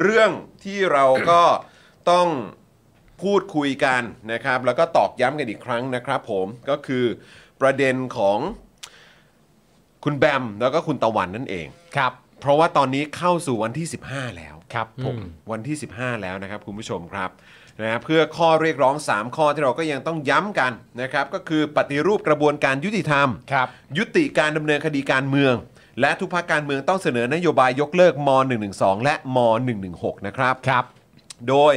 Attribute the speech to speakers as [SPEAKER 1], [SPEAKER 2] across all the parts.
[SPEAKER 1] เรื่องที่เราก็ต้องพูดคุยกันนะครับ แล้วก็ตอกย้ำกันอีกครั้งนะครับ ผมก็คือประเด็นของคุณแบมแล้วก็คุณตะวันนั่นเอง
[SPEAKER 2] ครับ
[SPEAKER 1] เพราะว่าตอนนี้เข้าสู่วันที่ 15 แล้ว
[SPEAKER 2] ครับผ
[SPEAKER 1] ผม มวันที่ 15 แล้วนะครับคุณผู้ชมครับนะฮะเพื่อข้อเรียกร้อง 3 ข้อที่เราก็ยังต้องย้ำกันนะครับก็คือปฏิรูปกระบวนการยุติธรรม
[SPEAKER 2] ครับ
[SPEAKER 1] ยุติการดำเนินคดีการเมือง และทุกภาคการเมืองต้องเสนอนโยบายยกเลิกม .112 และม .116 นะครับ
[SPEAKER 2] ครับ
[SPEAKER 1] โดย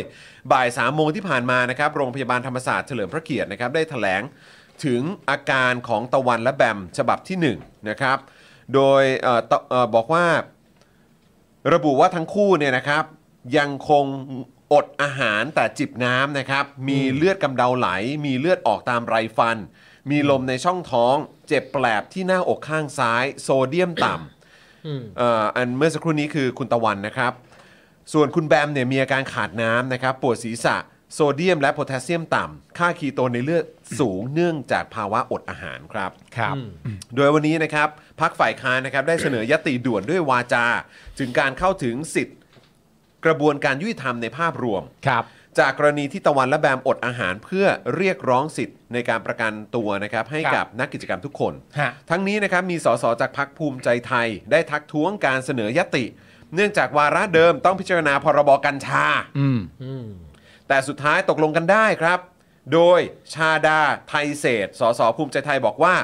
[SPEAKER 1] บ่าย3โมงที่ผ่านมานะครับโรงพยาบาลธรรมศาสตร์เฉลิมพระเกียรตินะครับได้ถแถลงถึงอาการของตะวันและแบมฉบับที่1นะครับโดยเอ่อตะเอ่อบอกว่าระบุว่าทั้งคู่เนี่ยนะครับยังคงอดอาหารแต่จิบน้ำนะครับมีเลือดกำเดาไหล มีเลือดออกตามไรฟัน มีลมในช่องท้อง เจ็บแปลบที่หน้าอกข้างซ้าย โซเดียมต่ำเอ่ออันเมื่อสักครู่นี้คือคุณตะวันนะครับ ส่วนคุณแบมเนี่ยมีอาการขาดน้ำนะครับปวดศีรษะโซเดียมและโพแทสเซียมต่ำค่าคีโตนในเลือดสูงเนื่องจากภาวะอดอาหารครับ
[SPEAKER 2] ครับ
[SPEAKER 1] โดยวันนี้นะครับพักฝ่ายค้านนะครับได้เสนอยติด่วนด้วยวาจา ถึงการเข้าถึงสิทธิ์กระบวนการยุติธรรมในภาพรวม
[SPEAKER 2] ครับ
[SPEAKER 1] จากกรณีที่ตะวันและแบมอดอาหารเพื่อเรียกร้องสิทธิ์ในการประกันตัวนะครับให้
[SPEAKER 2] ครับ
[SPEAKER 1] กับนักกิจกรรมทุกคน
[SPEAKER 2] ฮะ
[SPEAKER 1] ทั้งนี้นะครับมีสสจากพักภูมิใจไทย ได้ทักท้วงการเสนอยติ เนื่องจากวาระเดิมต้องพิจารณาพรบกัญชา
[SPEAKER 2] อืม
[SPEAKER 1] แต่สุดท้ายตกลงกันได้ครับ โดยชาดาไทยเศษสสภูมิใจไทยบอกว่า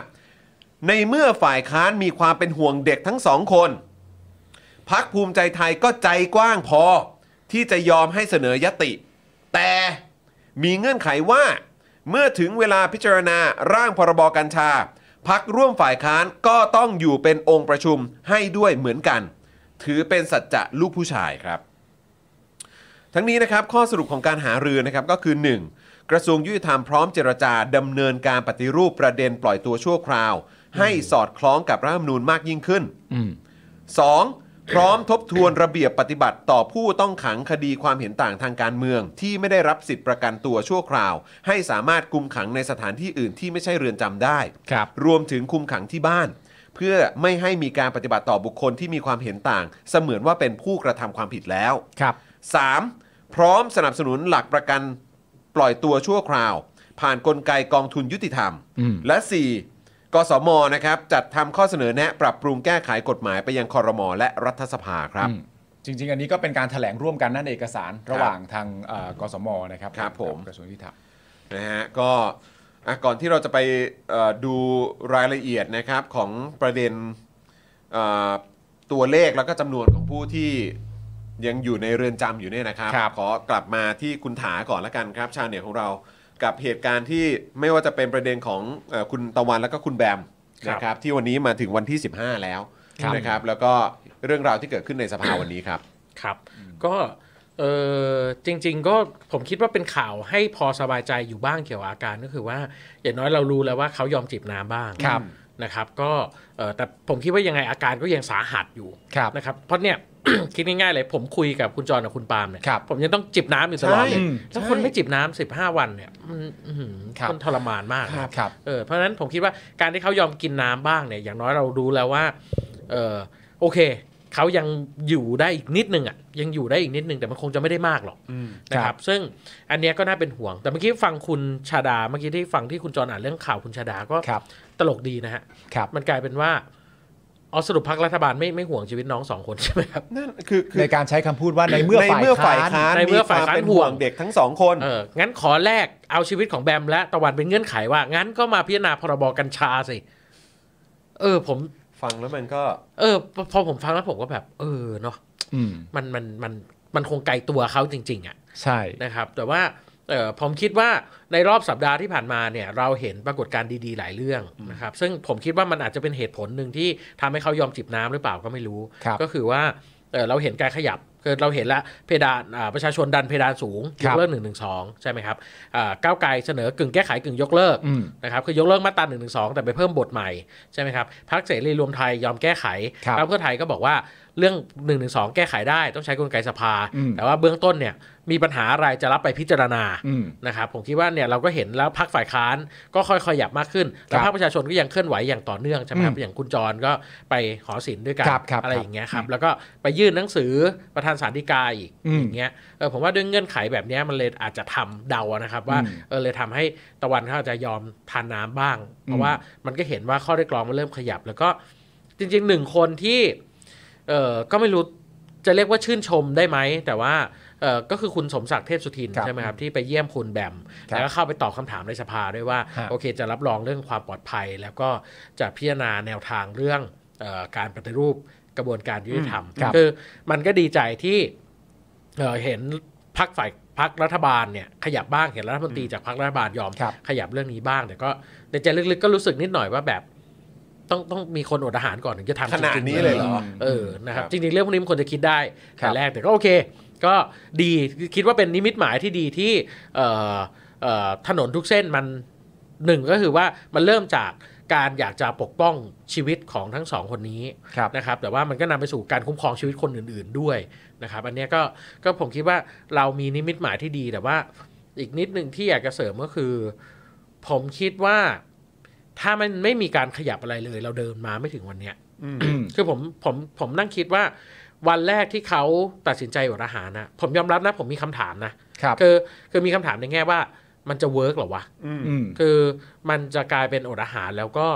[SPEAKER 1] ในเมื่อฝ่ายค้านมีความเป็นห่วงเด็กทั้งสองคน พักภูมิใจไทยก็ใจกว้างพอ ที่จะยอมให้เสนอยติ แต่มีเงื่อนไขว่า เมื่อถึงเวลาพิจารณาร่างพรบกัญชา พักร่วมฝ่ายค้านก็ต้องอยู่เป็นองค์ประชุมให้ด้วยเหมือนกัน ถือเป็นสัจจะลูกผู้ชายครับ ทั้งนี้นะครับข้อสรุปของการหารือนะครับก็คือ 1. กระทรวงยุติธรรมพร้อมเจรจาดำเนินการปฏิรูปประเด็นปล่อยตัวชั่วคราว ให้สอดคล้องกับรัฐธรรมนูญมากยิ่งขึ้น
[SPEAKER 2] อืม
[SPEAKER 1] 2. พร้อมทบทวนระเบียบปฏิบัติต่อผู้ต้องขังคดีความเห็นต่างทางการเมือง ที่ไม่ได้รับสิทธิประกันตัวชั่วคราว ให้สามารถคุมขังในสถานที่อื่นที่ไม่ใช่เรือนจำได้
[SPEAKER 2] ครับ
[SPEAKER 1] รวมถึงคุมขังที่บ้าน เพื่อไม่ให้มีการปฏิบัติต่อบุคคลที่มีความเห็นต่าง เสมือนว่าเป็นผู้กระทำความผิดแล้ว
[SPEAKER 2] ครับ
[SPEAKER 1] 3. พร้อมสนับสนุนหลักประกันปล่อยตัวชั่วคราว ผ่านนกลไกกองทุนยุติธรรม
[SPEAKER 2] อืม
[SPEAKER 1] และ 4. กสมนะครับ จัดทำข้อเสนอแนะปรับปรุงแก้ไขกฎหมายไปยังคอรมอและรัฐสภาครับ
[SPEAKER 2] อืมจริง ๆ อันนี้ก็เป็นการแถลงร่วมกันนั่นเอกสารระหว่างทางเอ่อกสมนะครับ
[SPEAKER 1] ครับผม
[SPEAKER 2] กระทรวงยุติธรรม
[SPEAKER 1] นะฮะก็อ่ะก่อนที่เราจะไปเอ่อดูรายละเอียดนะครับของประเด็นเอ่อตัวเลขแล้วก็จำนวนของผู้ที่ยังอยู่ในเรือนจำอยู่เนี่ยนะครับ
[SPEAKER 2] ครับ
[SPEAKER 1] ขอกลับมาที่คุณถาก่อนละกันครับ ชาวเน็ตของเรากับเหตุการณ์ที่ไม่ว่าจะเป็นประเด็นของเออคุณตะวันแล้วก็คุณแบม
[SPEAKER 2] ครับ
[SPEAKER 1] นะครับที่วันนี้มาถึงวันที่ 15 แล้ว
[SPEAKER 3] ครับ
[SPEAKER 1] นะครับ แล้วก็เรื่องราวที่เกิดขึ้นในสภาวันนี้ครับ
[SPEAKER 3] ครับก็เออจริง ๆ ก็ผมคิดว่าเป็นข่าวให้พอสบายใจอยู่บ้างเกี่ยวกับอาการก็คือว่าอย่างน้อยเรารู้แล้วว่าเขายอมจิบน้ำบ้าง
[SPEAKER 2] ครับ
[SPEAKER 3] นะครับก็เอ่อแต่ผมคิดว่ายังไงอาการก็ยังสาหัสอยู่
[SPEAKER 2] ครับ
[SPEAKER 3] นะครับเพราะเนี่ย คิดง่ายๆเลยผมคุยกับคุณจรกับคุณปาล์มเนี่ย
[SPEAKER 2] ครับ
[SPEAKER 3] ผมยังต้องจิบน้ำอยู่ตลอดเล
[SPEAKER 1] ใช่
[SPEAKER 3] ยถ้าคนไม่จิบน้ำ15 วันเนี่ยมันอื้อหือ
[SPEAKER 2] ครับ
[SPEAKER 3] มันทรมานมากนะ
[SPEAKER 2] ครับ
[SPEAKER 3] เออเพราะฉะนั้นผมคิดว่าการที่เขายอมกินน้ำบ้างเนี่ยอย่างน้อยเรารู้แล้วว่าเออโอเค เขายังอยู่ได้อีกนิดนึงอ่ะยังอยู่ได้อีกนิดนึงแต่มันคงจะไม่ได้มากหรอกนะค
[SPEAKER 2] ครั
[SPEAKER 3] รับบ ซึ่งอันเนี้ยก็น่าเป็นห่วง แต่เมื่อกี้ฟังคุณชาดาเมื่อกี้ที่ฟังที่คุณจรอ่านเรื่องข่าวคุณชาดาก็
[SPEAKER 2] ครับ
[SPEAKER 3] ตลกดีนะฮะ
[SPEAKER 2] ครับ
[SPEAKER 3] มันกลายเป็นว่าอ๋อสรุปพักรัฐบาลไม่ไม่ห่วงชีวิตน้องสองคนใช่ไหมครับ
[SPEAKER 1] นั่นคือคือ
[SPEAKER 2] ในการใช้คำพูดว่าในเมื่อ
[SPEAKER 1] ในเมื่อฝ่ายค้าน
[SPEAKER 3] ในเมื่อฝ่ายค้าน
[SPEAKER 1] มีวเป็น
[SPEAKER 3] ห่
[SPEAKER 1] ห่ว
[SPEAKER 3] ว
[SPEAKER 1] ง
[SPEAKER 3] ง
[SPEAKER 1] เด็กทั้งสองคน
[SPEAKER 3] เอองั้นขอแลกเอาชีวิตของแบมและตะวันเป็นเงื่อนไขว่า งั้นก็มาพิจารณาพรบกัญชาสิเออผม
[SPEAKER 1] ฟังแล้วมันก็
[SPEAKER 3] เออพอพอผมฟังแล้วผมก็แบบ เออเนาะ
[SPEAKER 2] อืม
[SPEAKER 3] มันมันมันมันคงไกลตัวเขาจริง ๆอะ่ะ
[SPEAKER 2] ใช่
[SPEAKER 3] นะครับ แต่ว่าเออผมคิดว่าในรอบสัปดาห์ที่ผ่านมาเนี่ย เราเห็นปรากฏการณ์ดีๆหลายเรื่องนะครับ ซึ่งผมคิดว่ามันอาจจะเป็นเหตุผลหนึ่งที่ทำให้เขายอมจิบน้ำหรือเปล่าก็ไม่รู้
[SPEAKER 2] ครับ
[SPEAKER 3] ก็คือว่าเออเราเห็นการขยับคือเราเห็นละเพดานอ่าประชาชนดันเพดานสูงยกเลิกหนึ่งหนึ่งสองใช่ไหมครับอ่าก้าวไกลเสนอกึ่งแก้ไขกึ่งยกเลิก
[SPEAKER 2] อืม
[SPEAKER 3] นะครับคือยกเลิกมาตรา1นึแต่ไปเพิ่มบทใหม่ใช่ไหมครับพักเสรีรวมไทยยอมแก้ไข
[SPEAKER 2] ครับ
[SPEAKER 3] พคเพื่อไทยก็บอกว่าเรื่อง1นึแก้ไขได้ต้องใช้กลไกสภา
[SPEAKER 2] อืม
[SPEAKER 3] แต่ว่าเบื้องต้นเนี่ยมีปัญหาอะไรจะรับไปพิจารณา
[SPEAKER 2] อืม
[SPEAKER 3] นะครับผมคิดว่าเนี่ยเราก็เห็นแล้วพักฝ่ายค้านก็ค่อยๆขยับมากขึ้น แล้ว
[SPEAKER 2] ครับ
[SPEAKER 3] ภาคประชาชนก็ยังเคลื่อนไหวอย่างต่อเนื่องใช่ไหมครับ
[SPEAKER 2] อืม
[SPEAKER 3] อย่างคุณจรก็ไปหอศิลป์ด้วยกัน
[SPEAKER 2] ครับครับ
[SPEAKER 3] อะไร
[SPEAKER 2] ครับ
[SPEAKER 3] อย่างเงี้ยครับแล้วก็ไปยื่นหนังสือประธาน านศาลฎีกาอีก
[SPEAKER 2] อืม
[SPEAKER 3] อย่างเงี้ยเออผมว่าด้วยเงื่อนไขแบบเนี้ยมันเลยอาจจะทำเดาอะนะครับว่า
[SPEAKER 2] อืม
[SPEAKER 3] เออเลยทำให้ตะวันเขาอาจจะยอมทานน้ำบ้าง เพ
[SPEAKER 2] อื
[SPEAKER 3] ราะ
[SPEAKER 2] ม
[SPEAKER 3] ว่ามันก็เห็นว่าข้อเรียกร้องมันเริ่มขยับ แล้วก็จริงๆหนึ่งคนที่เออก็ไม่รู้จะเรียกว่าชื่นชมได้ไหมแต่ว่าเออก็คือคุณสมศักดิ์เทพสุทิน
[SPEAKER 2] ครับ
[SPEAKER 3] ใช่ไหมครับที่ไปเยี่ยมคุณแบม
[SPEAKER 2] ครับ
[SPEAKER 3] แล้วก็เข้าไปตอบคำถามในสภาด้วยว่า
[SPEAKER 2] ฮะ
[SPEAKER 3] โอเคจะรับรองเรื่องความปลอดภัย แล้วก็จะพิจารณาแนวทางเรื่องเออการปฏิรูปกระบวนการยุติธรรม
[SPEAKER 2] อืมครับ
[SPEAKER 3] คือมันก็ดีใจที่เอ่อเห็นพักฝ่ายพักรัฐบาลเนี่ยขยับบ้างเห็นรัฐมนตรีจากพักรัฐบาลยอม
[SPEAKER 2] ครับ
[SPEAKER 3] ขยับเรื่องนี้บ้าง แต่ก็ในใจลึกๆก็รู้สึกนิดหน่อยว่าแบบ ต้องต้องมีคนอดอาหารก่อนถึงจะทำ
[SPEAKER 1] ขนาด
[SPEAKER 3] จงๆ
[SPEAKER 1] นี้เลยเหรอ
[SPEAKER 3] เออนะครั
[SPEAKER 1] ค
[SPEAKER 3] บ
[SPEAKER 1] รับ
[SPEAKER 3] จริงๆเรื่องพวกนี้มันควรจะคิดได้
[SPEAKER 2] ครั
[SPEAKER 3] แต่
[SPEAKER 2] บ
[SPEAKER 3] แรกแต่ก็โอเค ก็ดีคิดว่าเป็นนิมิตหมายที่ดีที่เอ่อเอ่อถนนทุกเส้นมันหนึ่งก็คือว่ามันเริ่มจากการอยากจะปกป้องชีวิตของทั้งสองคนนี้
[SPEAKER 2] ครับ
[SPEAKER 3] นะครับแต่ว่ามันก็นำไปสู่การคุ้มครองชีวิตคนอื่น ๆด้วยนะครับอันเนี้ยก็ก็ผมคิดว่าเรามีนิมิตหมายที่ดีแต่ว่าอีกนิดหนึ่งที่อยากจะเสริมก็คือ ผมคิดว่าถ้ามันไม่มีการขยับอะไรเลย เราเดินมาไม่ถึงวันเนี้ย คือผมผมผมนั่งคิดว่าวันแรกที่เขาตัดสินใจอดอาหารนะผมยอมรับนะผมมีคำถามนะครับ คือคือมีคำถามในแง่ว่ามันจะเวิร์กหรอวะ
[SPEAKER 2] อืม
[SPEAKER 3] คือมันจะกลายเป็นอดอาหารแล้วก็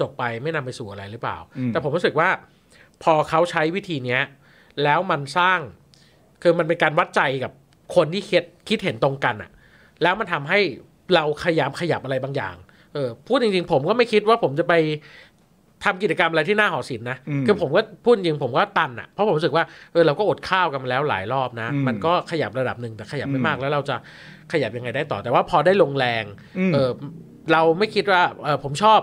[SPEAKER 3] จบไปไม่นำไปสู่อะไรหรือเปล่า
[SPEAKER 2] อืม
[SPEAKER 3] แต่ผมรู้สึกว่าพอเขาใช้วิธีเนี้ย แล้วมันสร้าง คือมันเป็นการวัดใจกับคนที่คิดคิดเห็นตรงกันอะแล้วมันทำให้เราขยามขยับอะไรบางอย่างเออพูดจริงๆ ผมก็ไม่คิดว่าผมจะไปทำกิจกรรมอะไรที่หน้าหอศิลป์นะ
[SPEAKER 2] อืม
[SPEAKER 3] คือผมก็พูดจริงผมก็ตันอะเพราะผมรู้สึกว่าเออเราก็อดข้าวกันมาแล้วหลายรอบนะ
[SPEAKER 2] อืม
[SPEAKER 3] มันก็ขยับระดับหนึ่งแต่ขยับไม่
[SPEAKER 2] อืม
[SPEAKER 3] มากแล้วเราจะขยับยังไงได้ต่อแต่ว่าพอได้ลงแรง
[SPEAKER 2] ม
[SPEAKER 3] เออเราไม่คิดว่าเออผมชอบ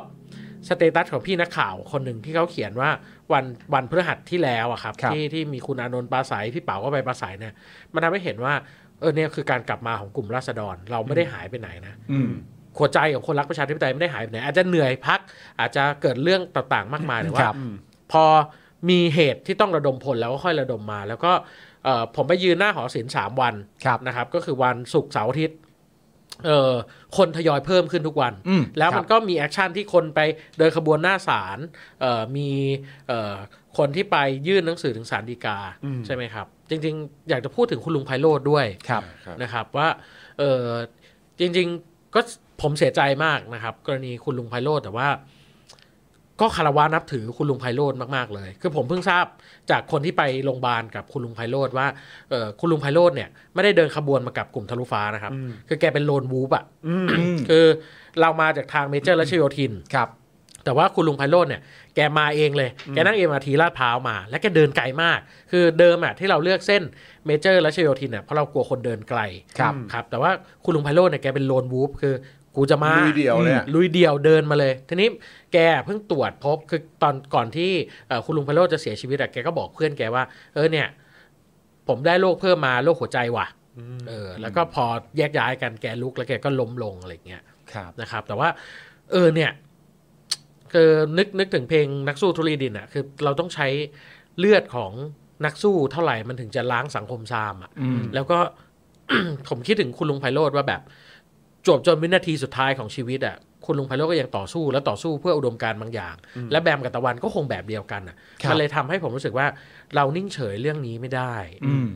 [SPEAKER 3] สเตตัสของพี่นักข่าวคนหนึ่งที่เขาเขียนว่าวันวันพฤหัสที่แล้วอะครับ
[SPEAKER 2] ครับ
[SPEAKER 3] ที่ที่มีคุณอานนท์ปราศัยพี่เป๋าก็ไปปราศัยเนี่ยมันทำให้เห็นว่าเออเนี่ยคือการกลับมาของกลุ่มราษฎรเราไม่ได้หายไปไหนนะ
[SPEAKER 2] อืม
[SPEAKER 3] หัวใจของคนรักประชาธิปไตยไม่ได้หายไปไหน อาจจะเหนื่อยพัก อาจจะเกิดเรื่องต่างๆ มากมายแต่
[SPEAKER 2] ครั
[SPEAKER 3] ว่า
[SPEAKER 2] บ
[SPEAKER 3] พอมีเหตุที่ต้องระดมพลแล้วก็ค่อยระดมมา แล้วก็เอ่อผมไปยืนหน้าหอศิลป์สามวัน
[SPEAKER 2] ครับ
[SPEAKER 3] นะครับก็คือวันศุกร์เสาร์อาทิตย์เอ่อคนทยอยเพิ่มขึ้นทุกวัน
[SPEAKER 2] อืม
[SPEAKER 3] แล้
[SPEAKER 2] ค
[SPEAKER 3] ว
[SPEAKER 2] รับ
[SPEAKER 3] มันก็มีแอคชั่นที่คนไปเดินขบวนหน้าศาลเอ่อมีเอ่อคนที่ไปยื่นหนังสือถึงศาลฎีกาใช่ไหมครับ จริงๆ อยากจะพูดถึงคุณลุงไพโรธด้วย
[SPEAKER 2] ครับ
[SPEAKER 3] นะครับว่าเอ่อจริงๆก็ผมเสียใจมากนะครับ กรณีคุณลุงไพโรธแต่ว่า ก็คารวะนับถือคุณลุงไพโรธมากๆเลย คือผมเพิ่งทราบจากคนที่ไปโรงพยาบาลกับคุณลุงไพโรธว่าเอ่อคุณลุงไพโรธเนี่ยไม่ได้เดินขบวนมากับกลุ่มทะลุฟ้านะครับ คือแกเป็นโลนวูฟอะคือเรามาจากทางเมเจอร์และชโยธิน
[SPEAKER 2] ครับ
[SPEAKER 3] แต่ว่าคุณลุงไพโรจน์เนี่ยแกมาเองเลย แกนั่งเอ็มอาทีลาดพร้าวมา และแกเดินไกลมาก คือเดิมอะที่เราเลือกเส้นเมเจอร์และชโยธินเนี่ยเพราะเรากลัวคนเดินไกล
[SPEAKER 2] ครับ
[SPEAKER 3] ครับ แต่ว่าคุณลุงไพโรจน์เนี่ยแกเป็นโลนวูฟคือกูจะมา
[SPEAKER 1] ลุยเดียวเลยอะ
[SPEAKER 3] ลุยเดียวเดินมาเลย ทีนี้แกเพิ่งตรวจพบคือตอนก่อนที่เอ่อคุณลุงไพโรจน์จะเสียชีวิตอะแกก็บอกเพื่อนแกว่า เออเนี่ย ผมได้โรคเพิ่มมาโรคหัวใจว่ะเออ แล้วก็พอแยกย้ายกันแกลุกแล้วแกก็ล้มลงอะไรอย่างเงี้ย
[SPEAKER 2] ครับ
[SPEAKER 3] นะครับแต่ว่าเออเนี่ยคือนึกนึกถึงเพลงนักสู้ทุลีดินอะ่ะคือเราต้องใช้เลือดของนักสู้เท่าไหร่มันถึงจะล้างสังคมซามอะ่ะ
[SPEAKER 2] อืม
[SPEAKER 3] แล้วก็ ผมคิดถึงคุณลุงไพโรธว่าแบบจวบจนวินาทีสุดท้ายของชีวิตอะ่ะคุณลุงไพโรธก็ยังต่อสู้และต่อสู้เพื่ออุดมการณ์บางอย่าง และแบมกับตะวันก็คงแบบเดียวกันอะ
[SPEAKER 2] ครั่
[SPEAKER 3] ะ
[SPEAKER 2] บ
[SPEAKER 3] มันเลยทำให้ผมรู้สึกว่าเรานิ่งเฉยเรื่องนี้ไม่ได้
[SPEAKER 2] อืม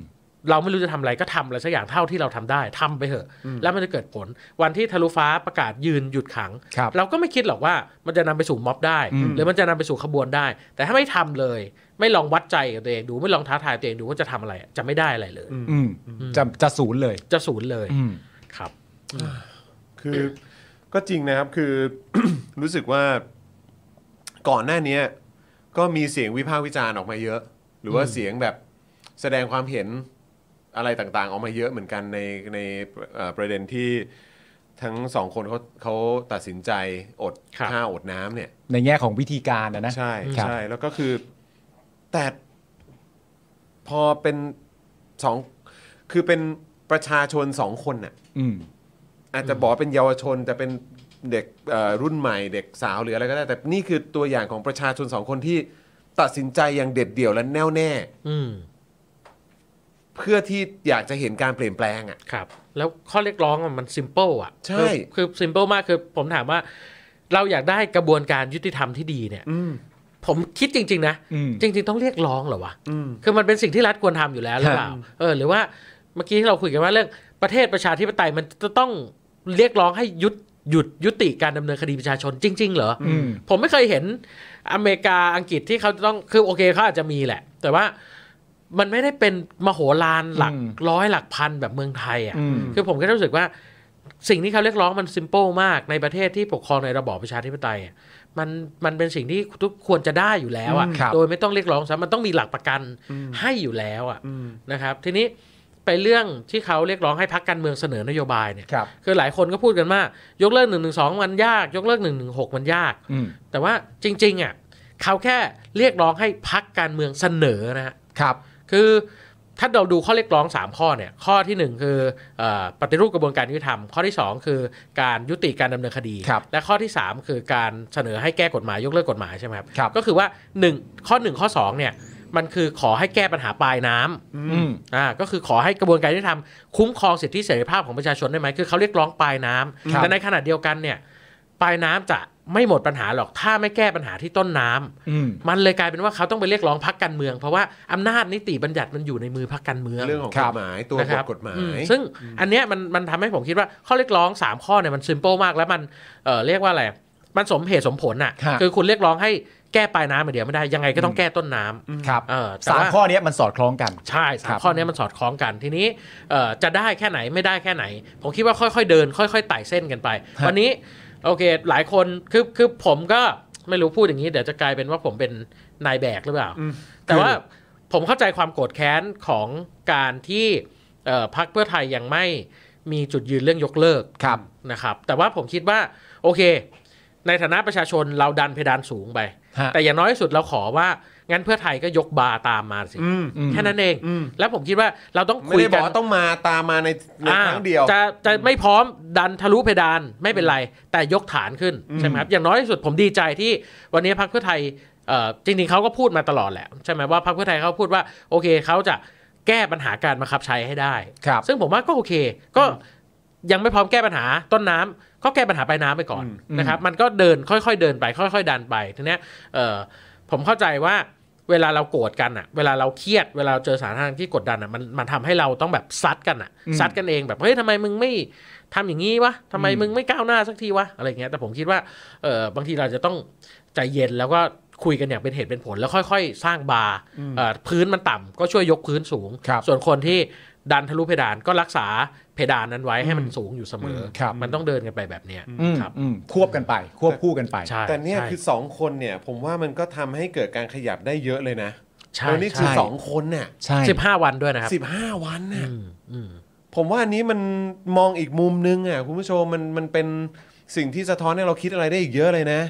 [SPEAKER 3] เราไม่รู้จะทำอะไรก็ทำอะไรสักอย่างเท่าที่เราทำได้ทำไปเถอะ แล้วมันจะเกิดผลวันที่ทะลุฟ้าประกาศยืนหยุดขัง
[SPEAKER 2] ครับ
[SPEAKER 3] เราก็ไม่คิดหรอกว่ามันจะนำไปสู่ม็อบได้
[SPEAKER 2] อืม
[SPEAKER 3] หรือมันจะนำไปสู่ขบวนได้ แต่ถ้าไม่ทำเลย ไม่ลองวัดใจกับตัวเองดูไม่ลองท้าทายตัวเองดูว่าจะทำอะไร จะไม่ได้อะไรเลย
[SPEAKER 2] อืมจะจะศูนย์เลย
[SPEAKER 3] จะศูนย์เลย
[SPEAKER 2] อืม
[SPEAKER 3] ครับ
[SPEAKER 1] คือก็จริงนะครับคือ รู้สึกว่าก่อนหน้าเนี้ยก็มีเสียงวิพากษ์วิจารณ์ออกมาเยอะ หรือว่าเสียงแบบแสดงความเห็นอะไรต่างๆ ออกมาเยอะเหมือนกันในในเอ่อประเด็นที่ทั้งสองคนเขาเขาตัดสินใจอด
[SPEAKER 3] ครับ
[SPEAKER 1] ข้าวอดน้ำเนี่ย
[SPEAKER 2] ในแง่ของวิธีการนะนะ
[SPEAKER 1] ใช่
[SPEAKER 2] ครับ
[SPEAKER 1] ใช่แล้วก็คือแต่พอเป็นสองคือเป็นประชาชนสองคนน่ะ
[SPEAKER 2] อืม
[SPEAKER 1] อาจจะบอกว่าเป็นเยาวชนแต่เป็นเด็กเอ่อรุ่นใหม่เด็กสาวหรืออะไรก็ได้ แต่นี่คือตัวอย่างของประชาชนสองคนที่ตัดสินใจอย่างเด็ดเดี่ยวและแน่วแน่
[SPEAKER 3] อืม
[SPEAKER 1] เพื่อที่อยากจะเห็นการเปลี่ยนแปลงอ่ะ
[SPEAKER 3] ครับ แล้วข้อเรียกร้องอะมันซิมเปิลอ่ะ
[SPEAKER 1] ใช่
[SPEAKER 3] คือคือซิมเปิลมากคือผมถามว่า เราอยากได้กระบวนการยุติธรรมที่ดีเนี่ย ผมคิดจริง ๆ นะ
[SPEAKER 2] อืม
[SPEAKER 3] จริง ๆ ต้องเรียกร้องเหรอวะ
[SPEAKER 1] อืม
[SPEAKER 3] คือมันเป็นสิ่งที่รัฐควรทำอยู่แล้วหรือเปล่า เออ หรือว่าเมื่อกี้ที่เราคุยกันว่าเรื่องประเทศประชาธิปไตยมันจะต้องเรียกร้องให้ยุดหยุดยุติการดำเนินคดีประชาชนจริง ๆ เหรออ
[SPEAKER 2] อืม
[SPEAKER 3] ผมไม่เคยเห็นอเมริกาอังกฤษที่เขาจะต้องคือโอเคเขาอาจจะมีแหละ แต่ว่ามันไม่ได้เป็นมโหฬารหลัก
[SPEAKER 2] อืม
[SPEAKER 3] ร้อยหลักพันแบบเมืองไทยอ่ะ
[SPEAKER 2] อืม
[SPEAKER 3] คือผมก็รู้สึกว่าสิ่งที่เขาเรียกร้องมัน s ิม p ป e มากในประเทศที่ปกครองในระบอบประชาธิปไตยอะมันมันเป็นสิ่งที่ทุกควรจะได้อยู่แล้วอ่ะ
[SPEAKER 2] อืมครับ
[SPEAKER 3] โดยไม่ต้องเรียกร้องซะมันต้องมีหลักประกันให้อยู่แล้วอ่ะนะครับ ทีนี้ไปเรื่องที่เขาเรียกร้องให้พักการเมืองเสนอนโยบายเนี่ย
[SPEAKER 2] ครับ
[SPEAKER 3] คือหลายคนก็พูดกันว่ายกเลิกหนึ่งหนึ่งสองมันยาก ยกเลิกหนึ่งหนึ่งหกมันยาก
[SPEAKER 2] อืม
[SPEAKER 3] แต่ว่าจริงๆอ่ะเขาแค่เรียกร้องให้พักการเมืองเสนอนะฮะ
[SPEAKER 2] ครับ
[SPEAKER 3] คือถ้าเราดูข้อเรียกร้อง 3 ข้อเนี่ยข้อทีหนึ่1 คือเออปฏิรูปกระบวนการยุติธรรม ข้อที่ 2 คือการยุติการดำเนินคดี
[SPEAKER 2] ครับ
[SPEAKER 3] และข้อที่ 3 คือการเสนอให้แก้กฎหมายยกเลิกกฎหมายใช่ไหมครับ
[SPEAKER 2] ครับ
[SPEAKER 3] ก็คือว่า 1 ข้อ 1 ข้อ 2 เนี่ยมันคือขอให้แก้ปัญหาปลายน้ำ
[SPEAKER 2] อืม
[SPEAKER 3] อ่าก็คือขอให้กระบวนการยุติธรรมคุ้มครองสิทธิเสรีภาพของประชาชนได้ไหมคือเขาเรียกร้องปลายน้ำ
[SPEAKER 2] ครับ
[SPEAKER 3] แต่ในขณะเดียวกันเนี่ยปลายน้ำจะไม่หมดปัญหาหรอกถ้าไม่แก้ปัญหาที่ต้นน้ำ
[SPEAKER 2] อืม
[SPEAKER 3] มันเลยกลายเป็นว่าเขาต้องไปเรียกร้องพักการเมือง เพราะว่าอำนาจนิติบัญญัติมันอยู่ในมือพักการเมือง
[SPEAKER 1] เรื่องของก
[SPEAKER 2] ครั
[SPEAKER 1] ฎ
[SPEAKER 2] บ
[SPEAKER 1] หมายตัว
[SPEAKER 3] นะ
[SPEAKER 1] บ
[SPEAKER 3] ค
[SPEAKER 1] ท
[SPEAKER 3] รับ
[SPEAKER 1] กฎหมา
[SPEAKER 3] อื
[SPEAKER 1] ย
[SPEAKER 3] ซึ่งอันเนี้ยมันมันทำให้ผมคิดว่าข้อเรียกร้อง 3 ข้อเนี่ยมันซิมเปิลมากแล้วมันเอ่อเรียกว่าอะไรมันสมเหตุสมผลน่ะ
[SPEAKER 2] ฮะ
[SPEAKER 3] คือคุณเรียกร้องให้แก้ปลายน้ำอย่างเดียวไม่ได้ยังไงก็ต้องแก้ต้นน้ำ
[SPEAKER 2] ครับ
[SPEAKER 3] เออแต่
[SPEAKER 2] สาม
[SPEAKER 3] ว่า
[SPEAKER 2] ข้อเนี้ยมันสอดคล้องกัน
[SPEAKER 3] ใช่สา
[SPEAKER 2] ครั
[SPEAKER 3] ม
[SPEAKER 2] บ
[SPEAKER 3] ข้อเนี้ยมันสอดคล้องกันทีนี้เอ่อจะได้แค่ไหนไม่ได้แค่ไหน ผมคิดว่าค่อยๆเดิน ค่อยๆไต่เส้นกันไป วันนี้โอเคหลายคนคือคือผมก็ไม่รู้พูดอย่างนี้ เดี๋ยวจะกลายเป็นว่าผมเป็นนายแบกหรือเปล่า แต่ว่าผมเข้าใจความโกรธแค้นของการที่เอ่อพรรคเพื่อไทยยังไม่มีจุดยืนเรื่องยกเลิก
[SPEAKER 2] ครับ
[SPEAKER 3] นะครับแต่ว่าผมคิดว่าโอเค ในฐานะประชาชนเราดันเพดานสูงไป
[SPEAKER 2] ฮะ
[SPEAKER 3] แต่อย่างน้อยที่สุดเราขอว่า งั้นเพื่อไทยก็ยกบาร์ตามมาสิ
[SPEAKER 1] อืม
[SPEAKER 2] อืม
[SPEAKER 3] แค่นั้นเอง
[SPEAKER 1] อืม
[SPEAKER 3] แล้วผมคิดว่าเราต้อง
[SPEAKER 1] ไม่
[SPEAKER 3] คุย
[SPEAKER 1] ได้บ
[SPEAKER 3] กั
[SPEAKER 1] อก
[SPEAKER 3] น
[SPEAKER 1] ว่าต้องมาตามมาในใน
[SPEAKER 3] อ่า
[SPEAKER 1] ครั้งเดียว
[SPEAKER 3] จะจะไม่พร้อมดันทะลุเพดานไม่เป็นไร แต่ยกฐานขึ้นใช่ไหมครับอย่างน้อยที่สุดผมดีใจที่วันนี้พรรคเพื่อไทยเอ่อจริงๆเขาก็พูดมาตลอดแหละใช่ไหมว่าพรรคเพื่อไทยเขาพูดว่าโอเคเขาจะแก้ปัญหาการบังคับใช้ให้ได้
[SPEAKER 2] ครับ
[SPEAKER 3] ซึ่งผมว่าก็โอเค ก็ยังไม่พร้อมแก้ปัญหาต้นน้ำก็แก้ปัญหาปลายน้ำไปก่อน
[SPEAKER 1] อืม
[SPEAKER 3] นะครับ มันก็เดินค่อยๆเดินไป ค่อย ๆ ดันไปทีเนี้ยเอ่อผมเข้าใจว่าเวลาเราโกรธกันอะเวลาเราเครียดเวลาเราเจอสถานการณ์ที่กดดันอะมันมันทำให้เราต้องแบบซัดกันอะ
[SPEAKER 2] อืม
[SPEAKER 3] ซัดกันเองแบบเฮ้ยทำไมมึงไม่ทำอย่างนี้วะทำไมมึงไม่ก้าวหน้าสักทีวะอะไรอย่างเงี้ยแต่ผมคิดว่าเออบางทีเราจะต้องใจเย็นแล้วก็คุยกันอย่างเป็นเหตุเป็นผล แล้วค่อย ๆ สร้างบาร์เอ่อพื้นมันต่ำก็ช่วยยกพื้นสูง
[SPEAKER 2] ครับ
[SPEAKER 3] ส่วนคนที่ดันทะลุเพดานก็รักษาเพดานนั้นไว้ให้มันสูงอยู่เสมอ
[SPEAKER 2] มครับ
[SPEAKER 3] มันต้องเดินกันไปแบบเนี้ย
[SPEAKER 2] อืม
[SPEAKER 3] ครับ
[SPEAKER 2] อืมควบกันไป ควบคู่กันไป
[SPEAKER 3] ใช่
[SPEAKER 1] แต่เนี่ย
[SPEAKER 3] ใช่
[SPEAKER 1] คือ 2 คนเนี่ย ผมว่ามันก็ทำให้เกิดการขยับได้เยอะเลยนะ
[SPEAKER 3] ใช่
[SPEAKER 1] แล้วนี่คือ
[SPEAKER 2] ใช่
[SPEAKER 1] 2 คนเนี่ย
[SPEAKER 2] ใช่
[SPEAKER 3] สิบห้าวันด้วยนะครับ
[SPEAKER 1] สิบห้าวันน่ะ
[SPEAKER 3] อืมอืม
[SPEAKER 1] ผมว่าอันนี้มันมองอีกมุมนึงอ่ะคุณผู้ชมมันมันเป็นสิ่งที่สะท้อนให้เราคิดอะไรได้อีกเยอะเลยนะ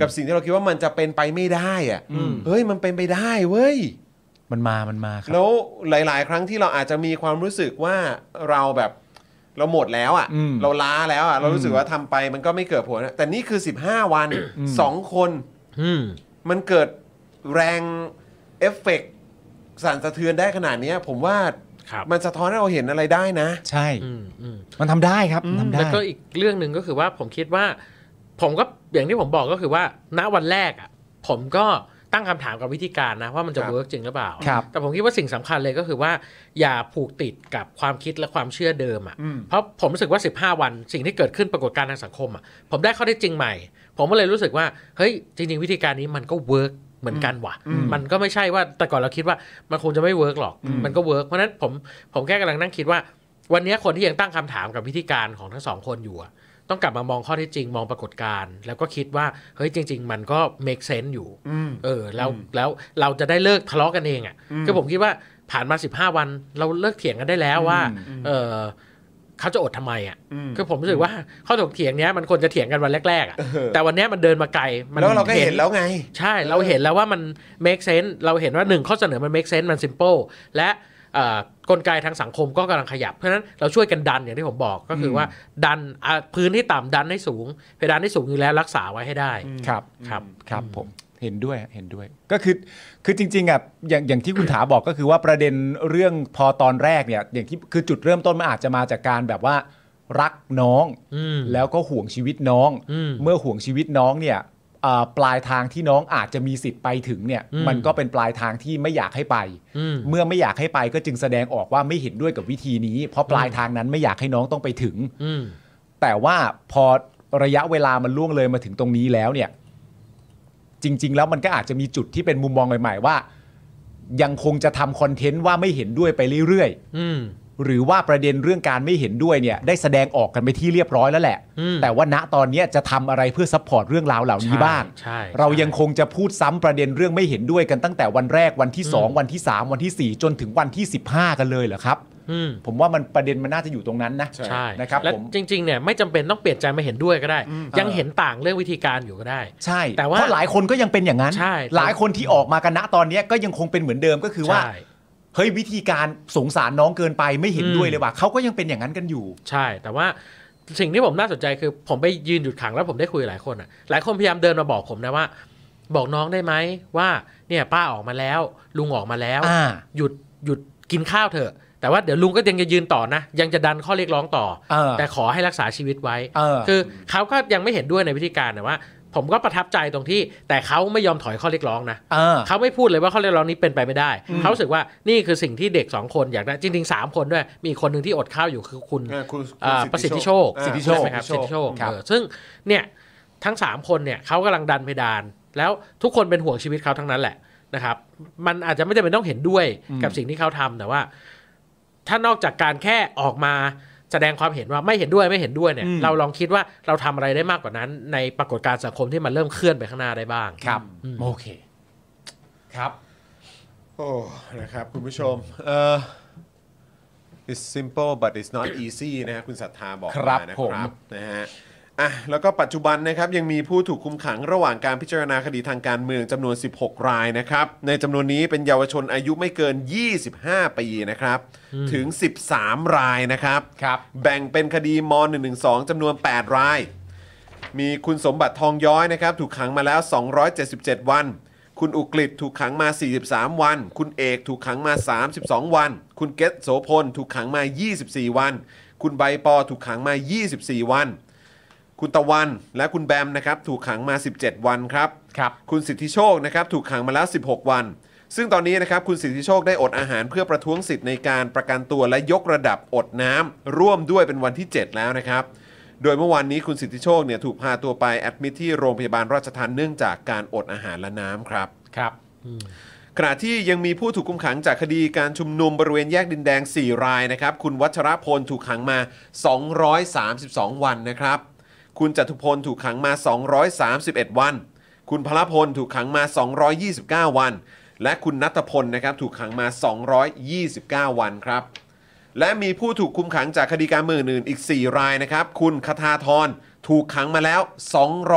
[SPEAKER 1] กับสิ่งที่เราคิดว่ามันจะเป็นไปไม่ได้อ่ะเฮ้ยมันเป็นไปได้เว้ย
[SPEAKER 2] มันมา มันมาครับ
[SPEAKER 1] แล้วหลาย ๆ ครั้งที่เราอาจจะมีความรู้สึกว่าเราแบบเราหมดแล้วอะ่ะ
[SPEAKER 2] อืม
[SPEAKER 1] เราล้าแล้วอะ่ะ เรารู้สึกว่าทำไปมันก็ไม่เกิดผลอะแต่นี่คือ 15 วัน
[SPEAKER 2] อืม
[SPEAKER 1] 2 คน
[SPEAKER 3] อืม
[SPEAKER 1] มันเกิดแรงเอฟเฟกต์สั่นสะเทือนได้ขนาดเนี้ย ผมว่า
[SPEAKER 3] ครับ
[SPEAKER 1] มันสะท้อนให้เราเห็นอะไรได้นะ
[SPEAKER 2] ใช่
[SPEAKER 3] อืมอืม
[SPEAKER 2] มันทำได้ครับมันทำได้
[SPEAKER 3] แล้วก็อีกเรื่องหนึ่งก็คือว่าผมคิดว่า ผมก็อย่างที่ผมบอกก็คือว่า ณวันแรกอ่ะผมก็ตั้งคำถามกับวิธีการนะว่ามันจะ
[SPEAKER 1] ครับ
[SPEAKER 3] เวิร์กจริงหรือเปล่า
[SPEAKER 2] ครับ
[SPEAKER 3] แต่ผมคิดว่าสิ่งสำคัญเลยก็คือว่า อย่าผูกติดกับความคิดและความเชื่อเดิมอ่ะ เพราะผมรู้สึกว่า 15 วันสิ่งที่เกิดขึ้นปรากฏการณ์ทางสังคมอ่ะผมได้ข้อเท็จจริงใหม่ ผมก็เลยรู้สึกว่า เฮ้ย จริง ๆ วิธีการนี้มันก็เวิร์กเหมือนกันว่ะ มันก็ไม่ใช่ว่าแต่ก่อนเราคิดว่ามันคงจะไม่เวิร์กหรอก มันก็เวิร์กเพราะฉะนั้นผมผมแค่กำลังนั่งคิดว่า วันนี้คนที่ยังตั้งคำถามกับวิธีการของทั้งสองคนอยู่อะต้องกลับมามองข้อเท็จจริงมองปรากฏการณ์แล้วก็คิดว่าเฮ้ยจริง ๆ มันก็ make sense อยู่ เออแล้วแล้วเราจะได้เลิกทะเลาะกันเองอะ่ะคือผมคิดว่าผ่านมา 15 วันเราเลิกเถียงกันได้แล้วว่าเออเขาจะอดทำไมอะ่ะคือผมรู้สึกว่าข้อถกเถียงเนี้ยมันควรจะเถียงกันวันแรกๆอะ
[SPEAKER 1] เออ
[SPEAKER 3] แต่วันเนี้ยมันเดินมาไกลมั
[SPEAKER 1] แล้วเราก็เห็นแล้วไง
[SPEAKER 3] ใช่เราเห็นแล้วว่ามัน make sense เราเห็นว่าหนึ่งข้อเสนอมัน make sense มัน simple และเอ่อกลไกทางสังคมก็กำลังขยับ เพราะฉะนั้นเราช่วยกันดันอย่างที่ผมบอกก็คือว่าดันอ่ะพื้นที่ต่ำดันให้สูงเพดานที่สูงอยู่แล้วรักษาไว้ให้ได้
[SPEAKER 2] ครับ
[SPEAKER 3] ครับ
[SPEAKER 2] ครับผมเห็นด้วยเห็นด้วยก็คือคือจริงๆอ่ะอย่างอย่างที่คุณถาบอกก็คือว่าประเด็นเรื่องพอตอนแรกเนี่ยอย่างที่คือจุดเริ่มต้นมันอาจจะมาจากการแบบว่ารักน้อง
[SPEAKER 3] อืม
[SPEAKER 2] แล้วก็ห่วงชีวิตน้อง
[SPEAKER 3] อืม
[SPEAKER 2] เมื่อห่วงชีวิตน้องเนี่ย เอ่อปลายทางที่น้องอาจจะมีสิทธิ์ไปถึงเนี่ย
[SPEAKER 3] อืม
[SPEAKER 2] มันก็เป็นปลายทางที่ไม่อยากให้ไป
[SPEAKER 3] อืม
[SPEAKER 2] เมื่อไม่อยากให้ไปก็จึงแสดงออกว่าไม่เห็นด้วยกับวิธีนี้ เพราะปลายทางนั้นไม่อยากให้น้องต้องไปถึง
[SPEAKER 3] อืม
[SPEAKER 2] แต่ว่าพอระยะเวลามันล่วงเลยมาถึงตรงนี้แล้วเนี่ย จริง ๆ แล้วมันก็อาจจะมีจุดที่เป็นมุมมองใหม่ๆว่า ยังคงจะทำคอนเทนต์ว่าไม่เห็นด้วยไปเรื่อย
[SPEAKER 3] อืม
[SPEAKER 2] ๆ หรือว่าประเด็นเรื่องการไม่เห็นด้วยเนี่ย ได้แสดงออกกันไปที่เรียบร้อยแล้วแหละ
[SPEAKER 3] อืม
[SPEAKER 2] แต่ว่าณตอนเนี้ยจะทำอะไรเพื่อซัพพอร์ตเรื่องราวเหล่านี้บ้าง
[SPEAKER 3] ใช่ใช่
[SPEAKER 2] เรายังคงจะพูดซ้ำประเด็นเรื่องไม่เห็นด้วยกันตั้งแต่วันแรกวันที่สองวันที่สามวันที่สี่จนถึงวันที่สิบห้ากันเลยเหรอครับ
[SPEAKER 3] อืม
[SPEAKER 2] ผมว่ามันประเด็นมันน่าจะอยู่ตรงนั้นนะ
[SPEAKER 1] ใช่
[SPEAKER 3] ใช่
[SPEAKER 2] นะครับ
[SPEAKER 3] และ
[SPEAKER 2] ผม
[SPEAKER 3] จริงๆเนี่ยไม่จำเป็นต้องเปลี่ยนใจมาเห็นด้วยก็ได้ ยัง
[SPEAKER 2] เออ
[SPEAKER 3] เห็นต่างเรื่องวิธีการอยู่ก็ได้
[SPEAKER 2] ใช่
[SPEAKER 3] แต่ว่า
[SPEAKER 2] เพราะหลายคนก็ยังเป็นอย่างนั้น
[SPEAKER 3] ใช่
[SPEAKER 2] หลายคนที่ออกมากันณตอนเนี้ยก็ยังคงเป็นเหมือนเดิมก็คือว่า
[SPEAKER 3] ใช่
[SPEAKER 2] เฮ้ยวิธีการสงสารน้องเกินไปไม่เห็น
[SPEAKER 3] อืม
[SPEAKER 2] ด้วยเลยว่ะเขาก็ยังเป็นอย่างนั้นกันอยู่
[SPEAKER 3] ใช่ แต่ว่าสิ่งที่ผมน่าสนใจคือ ผมไปยืนหยุดขังแล้วผมได้คุยกับหลายคนอ่ะ หลายคนพยายามเดินมาบอกผมนะว่า บอกน้องได้ไหมว่าเนี่ยป้าออกมาแล้ว ลุงออกมาแล้ว
[SPEAKER 2] อ่า
[SPEAKER 3] หยุดหยุดกินข้าวเถอะ แต่ว่าเดี๋ยวลุงก็ยังจะยืนต่อนะ ยังจะดันข้อเรียกร้องต่อ
[SPEAKER 2] เออ
[SPEAKER 3] แต่ขอให้รักษาชีวิตไว้
[SPEAKER 2] เออ
[SPEAKER 3] คือเขาก็ยังไม่เห็นด้วยในวิธีการแต่ว่า ผมก็ประทับใจตรงที่ แต่เขาไม่ยอมถอยข้อเรียกร้องนะ
[SPEAKER 2] เออ
[SPEAKER 3] เขาไม่พูดเลยว่าข้อเรียกร้องนี้เป็นไปไม่ได้ เขารู้สึกว่านี่คือสิ่งที่เด็ก 2 คนอยากได้ จริงๆ 3 คนด้วย มีอีกคนหนึ่งที่อดข้าวอยู่คือคุณ
[SPEAKER 1] อ่าคุณคุณ
[SPEAKER 3] เอ่อประสิทธิโชค
[SPEAKER 1] อ่า
[SPEAKER 2] สิทธิโชค
[SPEAKER 3] ใไหมครับสิทธิโชค
[SPEAKER 2] ครับ
[SPEAKER 3] เออซึ่งเนี่ยทั้ง 3 คนเนี่ยเขากำลังดันเพดาน แล้วทุกคนเป็นห่วงชีวิตเขาทั้งนั้นแหละนะครับ มันอาจจะไม่จำเป็นต้องเห็นด้วยกับสิ่งที่เขาทำแต่ว่า ถ้านอกจากการแค่ออกมาแสดงความเห็นว่าไม่เห็นด้วยไม่เห็นด้วยเนี่ย เราลองคิดว่าเราทำอะไรได้มากกว่านั้น ในปรากฏการณ์สังคมที่มันเริ่มเคลื่อนไปข้างหน้าได้บ้าง
[SPEAKER 2] ครับ
[SPEAKER 3] อืม
[SPEAKER 2] โอเค ครับ
[SPEAKER 1] โอ้นะครับคุณผู้ชมเอ่อ it's simple but it's not easy นะฮะคุณศรัทธาบอก
[SPEAKER 2] ครับ
[SPEAKER 1] มานะ
[SPEAKER 2] ผม
[SPEAKER 1] ครับนะฮะอ่ะแล้วก็ปัจจุบันนะครับยังมีผู้ถูกคุมขังระหว่างการพิจารณาคดีทางการเมืองจำนวน 16 รายนะครับ ในจำนวนนี้เป็นเยาวชนอายุไม่เกิน 25 ปีนะครับ ถึง 13 รายนะครับ
[SPEAKER 2] ครับ
[SPEAKER 1] แบ่งเป็นคดีม .112 จำนวน 8 ราย มีคุณสมบัติทองย้อยนะครับ ถูกขังมาแล้ว 277 วัน คุณอุกฤษถูกขังมา 43 วัน คุณเอกถูกขังมา 32 วัน คุณเกตโสพลถูกขังมา 24 วัน คุณใบปอถูกขังมา 24 วัน คุณตะวันและคุณแบมนะครับถูกขังมา 17 วันครับ
[SPEAKER 2] ครับ
[SPEAKER 1] คุณสิทธิโชคนะครับถูกขังมาแล้ว 16 วัน ซึ่งตอนนี้นะครับคุณสิทธิโชคได้อดอาหารเพื่อประท้วงสิทธิ์ในการประกันตัวและยกระดับอดน้ำร่วมด้วยเป็นวันที่ 7 แล้วนะครับ โดยเมื่อวานนี้คุณสิทธิโชคเนี่ยถูกพาตัวไปแอดมิทที่โรงพยาบาลราชทันเนื่องจากการอดอาหารและน้ำครับ
[SPEAKER 2] ครับ
[SPEAKER 1] ขณะที่ยังมีผู้ถูกคุมขังจากคดีการชุมนุมบริเวณแยกดินแดง 4 รายนะครับ คุณวัชรพลถูกขังมา 232 วันนะครับ คุณจตุพลถูกขังมา 231 วัน คุณพลพลถูกขังมา 229 วัน และคุณนัทพลนะครับถูกขังมา 229 วันครับ และมีผู้ถูกคุมขังจากคดีการเมืองอื่นอีก 4 รายนะครับ คุณคทาธรถูกขังมาแล้ว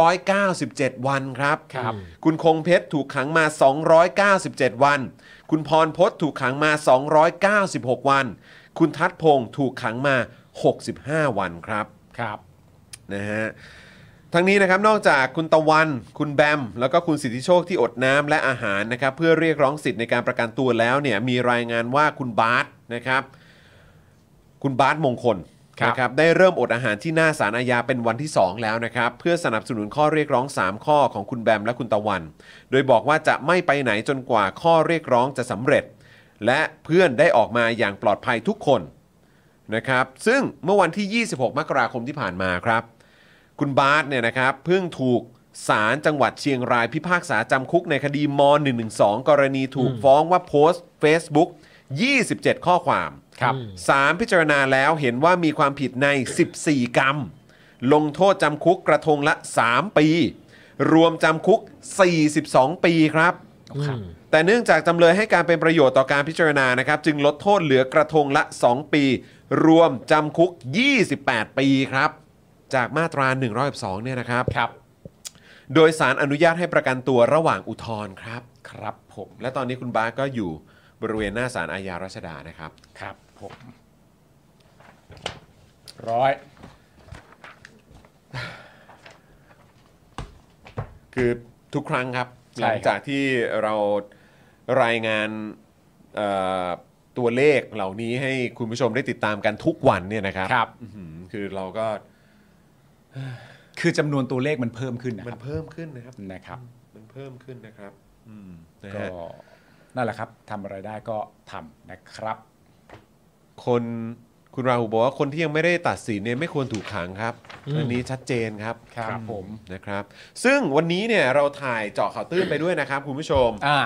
[SPEAKER 1] 297 วันครับ
[SPEAKER 2] ครับ
[SPEAKER 1] คุณคงเพชรถูกขังมา 297 วัน คุณพรพศถูกขังมา 296 วัน คุณทัดพงศ์ถูกขังมา 65 วันครับ
[SPEAKER 2] ครับ
[SPEAKER 1] นะฮะทั้งนี้นะครับนอกจากคุณตะวัน คุณแบม แล้วก็คุณสิทธิโชคที่อดน้ำและอาหารนะครับเพื่อเรียกร้องสิทธิ์ในการประกันตัวแล้วเนี่ยมีรายงานว่าคุณบาสนะครับ คุณบาสมงคล
[SPEAKER 2] ครับ
[SPEAKER 1] นะครับได้เริ่มอดอาหารที่หน้าศาลอาญาเป็นวันที่ 2 แล้วนะครับ เพื่อสนับสนุนข้อเรียกร้อง 3 ข้อของคุณแบมและคุณตะวัน โดยบอกว่าจะไม่ไปไหนจนกว่าข้อเรียกร้องจะสำเร็จ และเพื่อนได้ออกมาอย่างปลอดภัยทุกคนนะครับ ซึ่งเมื่อวันที่ 26 มกราคมที่ผ่านมาครับ คุณบาสเนี่ยนะครับเพิ่งถูกศาลจังหวัดเชียงรายพิพากษาจำคุกในคดีม .112 กรณีถูกฟ้องว่าโพสต์ Facebook 27 ข้อความ
[SPEAKER 2] ครับ
[SPEAKER 1] สารพิจารณาแล้วเห็นว่ามีความผิดใน 14 กรรม ลงโทษจำคุกกระทงละ 3 ปี รวมจำคุก 42 ปีครับ
[SPEAKER 3] ครับ
[SPEAKER 1] แต่เนื่องจากจำเลยให้การเป็นประโยชน์ต่อการพิจารณานะครับ จึงลดโทษเหลือกระทงละ 2 ปี รวมจำคุก 28 ปีครับ จากมาตรา 112เนี่ยนะครับ
[SPEAKER 2] ครับ
[SPEAKER 1] โดยสารอนุญาตให้ประกันตัวระหว่างอุทธรณ์ครับ
[SPEAKER 2] ครับผม
[SPEAKER 1] และตอนนี้คุณบาสก็อยู่บริเวณหน้าศาลอาญารัชดานะครับ
[SPEAKER 2] ครับผม ร้อย
[SPEAKER 1] คือทุกครั้งครับห
[SPEAKER 2] ใช่ครับ
[SPEAKER 1] ลังจากที่เรารายงานเอ่อตัวเลขเหล่านี้ให้คุณผู้ชมได้ติดตามกันทุกวันเนี่ยนะครับ
[SPEAKER 2] ครับ
[SPEAKER 1] อื้อหือคือเราก็
[SPEAKER 2] คือจำนวนตัวเลขมันเพิ่มขึ้นนะค
[SPEAKER 1] มั
[SPEAKER 2] รั
[SPEAKER 1] น
[SPEAKER 2] บ
[SPEAKER 1] เพิ่มขึ้นนะครับ
[SPEAKER 2] นะครับ
[SPEAKER 1] มันเพิ่มขึ้นนะครับ อืมนะ
[SPEAKER 2] ก็
[SPEAKER 1] ฮะ
[SPEAKER 2] นั่นแหละครับทำอะไรได้ก็ทำนะครับ
[SPEAKER 1] คนคุณราหูบอกว่าคนที่ยังไม่ได้ตัดสินเนี่ยไม่ควรถูกขังครับ
[SPEAKER 3] อืม
[SPEAKER 1] อันนี้ชัดเจนครับ
[SPEAKER 2] ครับผม
[SPEAKER 1] นะครับ ซึ่งวันนี้เนี่ยเราถ่ายเจาะข่าวตื้นไปด้วยนะครับคุณผู้ชม
[SPEAKER 2] อ่า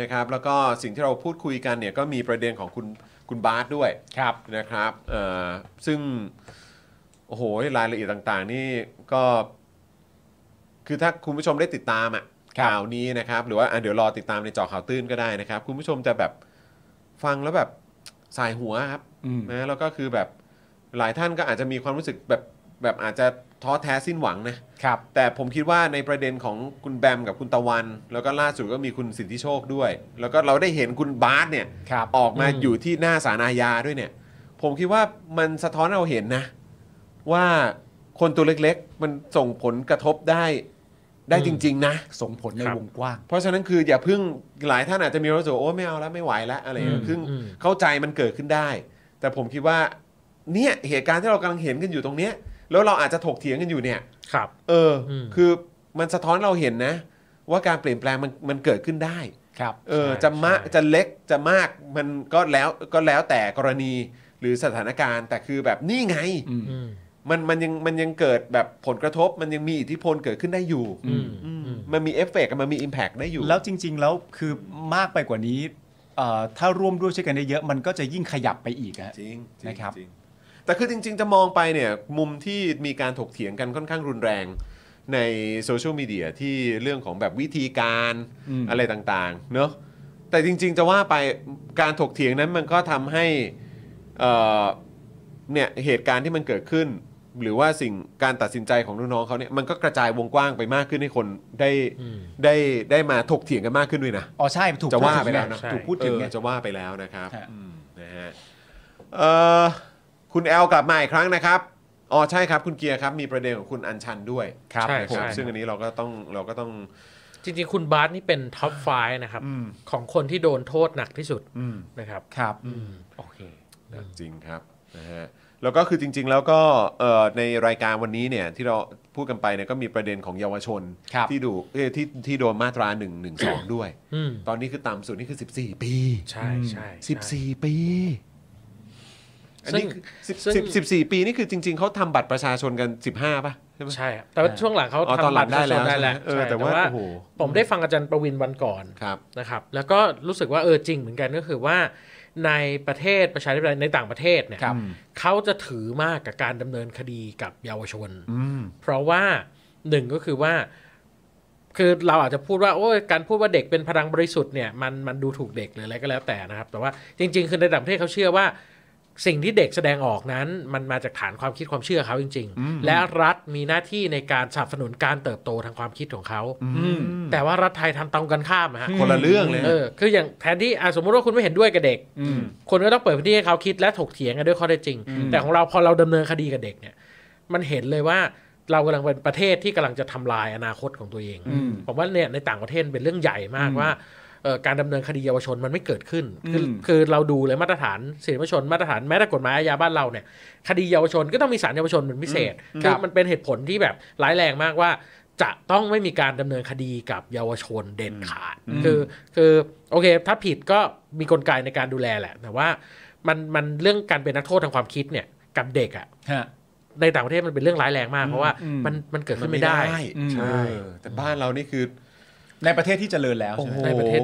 [SPEAKER 1] นะครับแล้วก็สิ่งที่เราพูดคุยกันเนี่ยก็มีประเด็นของคุณคุณบาสด้วย
[SPEAKER 2] ครับ
[SPEAKER 1] นะครับเอ่อซึ่งโอ้โหรายละเอียดต่างๆ นี่ก็ คือถ้าคุณผู้ชมได้ติดตามอ่ะ
[SPEAKER 2] ครับ
[SPEAKER 1] ข่าวนี้นะครับ หรือว่าอ่ะเดี๋ยวรอติดตามในเจอข่าวตื้นก็ได้นะครับ คุณผู้ชมจะแบบฟังแล้วแบบสายหัวครับ
[SPEAKER 2] อืม
[SPEAKER 1] นะแล้วก็คือแบบหลายท่านก็อาจจะมีความรู้สึกแบบแบบอาจจะท้อแท้สิ้นหวังนะ
[SPEAKER 2] ครับ
[SPEAKER 1] แต่ผมคิดว่าในประเด็นของคุณแบมกับคุณตะวัน แล้วก็ล่าสุดก็มีคุณสิทธิโชคด้วย แล้วก็เราได้เห็นคุณบาสเนี่ย
[SPEAKER 2] ครับ
[SPEAKER 1] ออกมา
[SPEAKER 3] อืม
[SPEAKER 1] อยู่ที่หน้าศาลอาญาด้วยเนี่ย ผมคิดว่ามันสะท้อนให้เราเห็นนะ ว่าคนตัวเล็กๆ มันส่งผลกระทบได้ได้จริง ๆ นะ
[SPEAKER 2] ส่งผลใน
[SPEAKER 3] ครับ
[SPEAKER 2] วงกว้าง
[SPEAKER 1] เพราะฉะนั้นคืออย่าเพึ่งหลายท่านอาจจะมีความรู้สึกว่าโอ้ไม่เอาแล้วไม่ไหวแล้วอะไรอย่างเงี้ย
[SPEAKER 3] อืม
[SPEAKER 1] คืออ
[SPEAKER 3] ม
[SPEAKER 1] เข้าใจมันเกิดขึ้นได้ แต่ผมคิดว่าเนี่ยเหตุการณ์ที่เรากำลังเห็นกันอยู่ตรงเนี้ยแล้วเราอาจจะถกเถียงกันอยู่เนี่ย
[SPEAKER 3] ครับ
[SPEAKER 1] เอออ
[SPEAKER 3] ม
[SPEAKER 1] คือมันสะท้อนเราเห็นนะ ว่าการเปลี่ยนแปลงมันมันเกิดขึ้นได้
[SPEAKER 2] ครับ
[SPEAKER 1] เออ
[SPEAKER 3] ใช่
[SPEAKER 1] จะมะ
[SPEAKER 3] ใช่
[SPEAKER 1] จะเล็กจะมากมันก็แล้วก็แล้วแต่กรณีหรือสถานการณ์ แต่คือแบบนี่ไง
[SPEAKER 2] อืม
[SPEAKER 3] อืม
[SPEAKER 1] มันมันยังมันยังเกิดแบบผลกระทบ มันยังมีอิทธิพลเกิดขึ้นได้อยู่
[SPEAKER 2] อื
[SPEAKER 3] อืม
[SPEAKER 1] อืม
[SPEAKER 3] อืม
[SPEAKER 1] มันมีเอฟเฟกต์มันมีอิมแพกได้อยู่
[SPEAKER 2] แล้วจริง ๆ แล้วคือมากไปกว่านี้เอ่อถ้าร่วมด้วยช่วยกันได้เยอะมันก็จะยิ่งขยับไปอีกอะ
[SPEAKER 1] จริงจง
[SPEAKER 2] นะครับ
[SPEAKER 1] จงแต่คือจริง ๆ จะมองไปเนี่ยมุมที่มีการถกเถียงกันค่อนข้างรุนแรงในโซเชียลมีเดียที่เรื่องของแบบวิธีการ
[SPEAKER 2] ม
[SPEAKER 1] อะไรต่างๆเนอะแต่จริง ๆ จะว่าไปการถกเถียงนั้นมันก็ทำให้เอ่อเนี่ยเหตุการณ์ที่มันเกิดขึ้น หรือว่าสิ่งการตัดสินใจของน้องๆเขาเนี่ยมันก็กระจายวงกว้างไปมากขึ้นให้คนได้
[SPEAKER 3] อืม
[SPEAKER 1] ได้ได้มาถกเถียงกันมากขึ้นด้วยนะ
[SPEAKER 2] อ๋อใช่ถูก
[SPEAKER 1] จะว่า
[SPEAKER 2] พูด
[SPEAKER 1] ไป
[SPEAKER 2] ถึง
[SPEAKER 1] แล้ว
[SPEAKER 2] ง
[SPEAKER 1] นะ
[SPEAKER 2] ถูกพูดถึง
[SPEAKER 1] เออ
[SPEAKER 2] ไง
[SPEAKER 1] จะว่าไปแล้วนะครับ
[SPEAKER 2] ฮะ
[SPEAKER 1] อืมนะฮะเอ่อคุณแอลกลับมาอีกครั้งนะครับอ๋อใช่ครับคุณเกียร์ครับ มีประเด็นของคุณอัญชันด้วย
[SPEAKER 2] ครับ
[SPEAKER 3] ใช่
[SPEAKER 1] นะ
[SPEAKER 2] ผ
[SPEAKER 1] ค
[SPEAKER 2] ม
[SPEAKER 1] รับ
[SPEAKER 3] ใช่
[SPEAKER 1] ซึ่งอันนี้เราก็ต้องเราก็ต้อง
[SPEAKER 3] จริงๆ คุณบาสนี่เป็นท็อปไฟนะครับ
[SPEAKER 1] อืม
[SPEAKER 3] ของคนที่โดนโทษหนักที่สุด
[SPEAKER 1] อืม
[SPEAKER 3] นะครับ
[SPEAKER 2] ครับ
[SPEAKER 3] อืม โอเค
[SPEAKER 1] จริงครับนะฮะแล้วก็คือจริง ๆ แล้วก็เอ่อในรายการวันนี้เนี่ยที่เราพูดกันไปเนี่ยก็มีประเด็นของเยาวชน
[SPEAKER 2] ครับ
[SPEAKER 1] ที่ดูเอ้ยที่ที่โดนมาตรา1นึ ด้วย
[SPEAKER 3] อืม
[SPEAKER 1] ตอนนี้คือต่ำสุดนี่คือ 14 ปี
[SPEAKER 3] ใช่ใช่ใช่
[SPEAKER 1] 14 ปี อัน
[SPEAKER 3] ซึ่
[SPEAKER 1] นี้
[SPEAKER 3] ง
[SPEAKER 1] สิบ
[SPEAKER 3] ซึ่ง
[SPEAKER 1] สิบสิบสี่ปีนี่คือจริง ๆ เขาทำบัตรประชาชนกัน 15ป่ะใช่ไหม
[SPEAKER 3] ใช่ครับแต่ว่าช่วงหลังเขา
[SPEAKER 1] อ๋อตอน
[SPEAKER 3] ทำ
[SPEAKER 1] ห
[SPEAKER 3] บั
[SPEAKER 1] ลั
[SPEAKER 3] ต
[SPEAKER 1] ง
[SPEAKER 3] ร
[SPEAKER 1] ได้
[SPEAKER 3] ป
[SPEAKER 1] แล้ว
[SPEAKER 3] ระชาชนได้แล้ว
[SPEAKER 1] เออ
[SPEAKER 3] ใช่
[SPEAKER 1] แต่ว่าโอ้โห
[SPEAKER 3] ผมได้ฟังอาจารย์ประวินวันก่อน
[SPEAKER 1] ครับ
[SPEAKER 3] นะครับแล้วก็รู้สึกว่าเออจริงเหมือนกันก็คือว่าในประเทศประชาธิปไตยในต่างประเทศเนี่ย
[SPEAKER 2] ครับ
[SPEAKER 3] เขาจะถือมากกับการดำเนินคดีกับเยาวชน
[SPEAKER 1] อืม
[SPEAKER 3] เพราะว่าหนึ่งก็คือว่า คือเราอาจจะพูดว่าโอ้ยการพูดว่าเด็กเป็นพลังบริสุทธิ์เนี่ยมันมันดูถูกเด็กหรืออะไรก็แล้วแต่นะครับ แต่ว่าจริง ๆ คือในต่างประเทศเขาเชื่อว่าสิ่งที่เด็กแสดงออกนั้น มันมาจากฐานความคิดความเชื่อเขาจริง
[SPEAKER 1] อืม
[SPEAKER 3] ๆ และรัฐมีหน้าที่ในการสนับสนุนการเติบโตทางความคิดของเขา
[SPEAKER 1] อืม
[SPEAKER 3] แต่ว่ารัฐไทยทำตรงกันข้ามนะฮะ
[SPEAKER 1] คนละเรื่องเลย
[SPEAKER 3] เอ
[SPEAKER 1] นะ
[SPEAKER 3] อคืออย่างแทนที่อ่ะสมมุติว่าคุณไม่เห็นด้วยกับเด็ก
[SPEAKER 2] อืม
[SPEAKER 3] คนก็ต้องเปิดพื้นที่ให้เขาคิดและถกเถียงกันด้วยข้อเท็จจริง
[SPEAKER 2] อืม
[SPEAKER 3] แต่ของเราพอเราดำเนินคดีกับเด็กเนี่ย มันเห็นเลยว่าเรากำลังเป็นประเทศที่กำลังจะทำลายอนาคตของตัวเอง
[SPEAKER 2] อืม
[SPEAKER 3] ผมว่าเนี่ยในต่างประเทศเป็นเรื่องใหญ่มาก
[SPEAKER 2] อืม
[SPEAKER 3] ว่าเอ่อการดำเนินคดีเยาวชนมันไม่เกิดขึ้น คือ
[SPEAKER 2] อืม
[SPEAKER 3] คือเราดูเลยมาตรฐานสิทธิมนุษยชนมาตรฐานแม้แต่กฎหมายอาญาบ้านเราเนี่ยคดีเยาวชนก็ต้องมีศาลเยาวชนเป็นพิเศษคือมันเป็นเหตุผลที่แบบร้ายแรงมากว่า จะต้องไม่มีการดำเนินคดีกับเยาวชนเด็ดขาด คือคือโอเค ถ้าผิดก็มีกลไกในการดูแลแหละ แต่ว่ามันมันเรื่องการเป็นนักโทษทางความคิดเนี่ยกับเด็กอะ
[SPEAKER 2] ฮะ
[SPEAKER 3] ในต่างประเทศมันเป็นเรื่องร้ายแรงมากเพราะว่า
[SPEAKER 2] อืม
[SPEAKER 3] มันมันเกิดขึ้นไม่ได้
[SPEAKER 2] อืม
[SPEAKER 1] ใช่แต่บ้านเรานี่คือ
[SPEAKER 2] ในประเทศที่เจริญแล้ว
[SPEAKER 1] โอ้โห
[SPEAKER 2] ใช่ไหม
[SPEAKER 3] ในประเทศ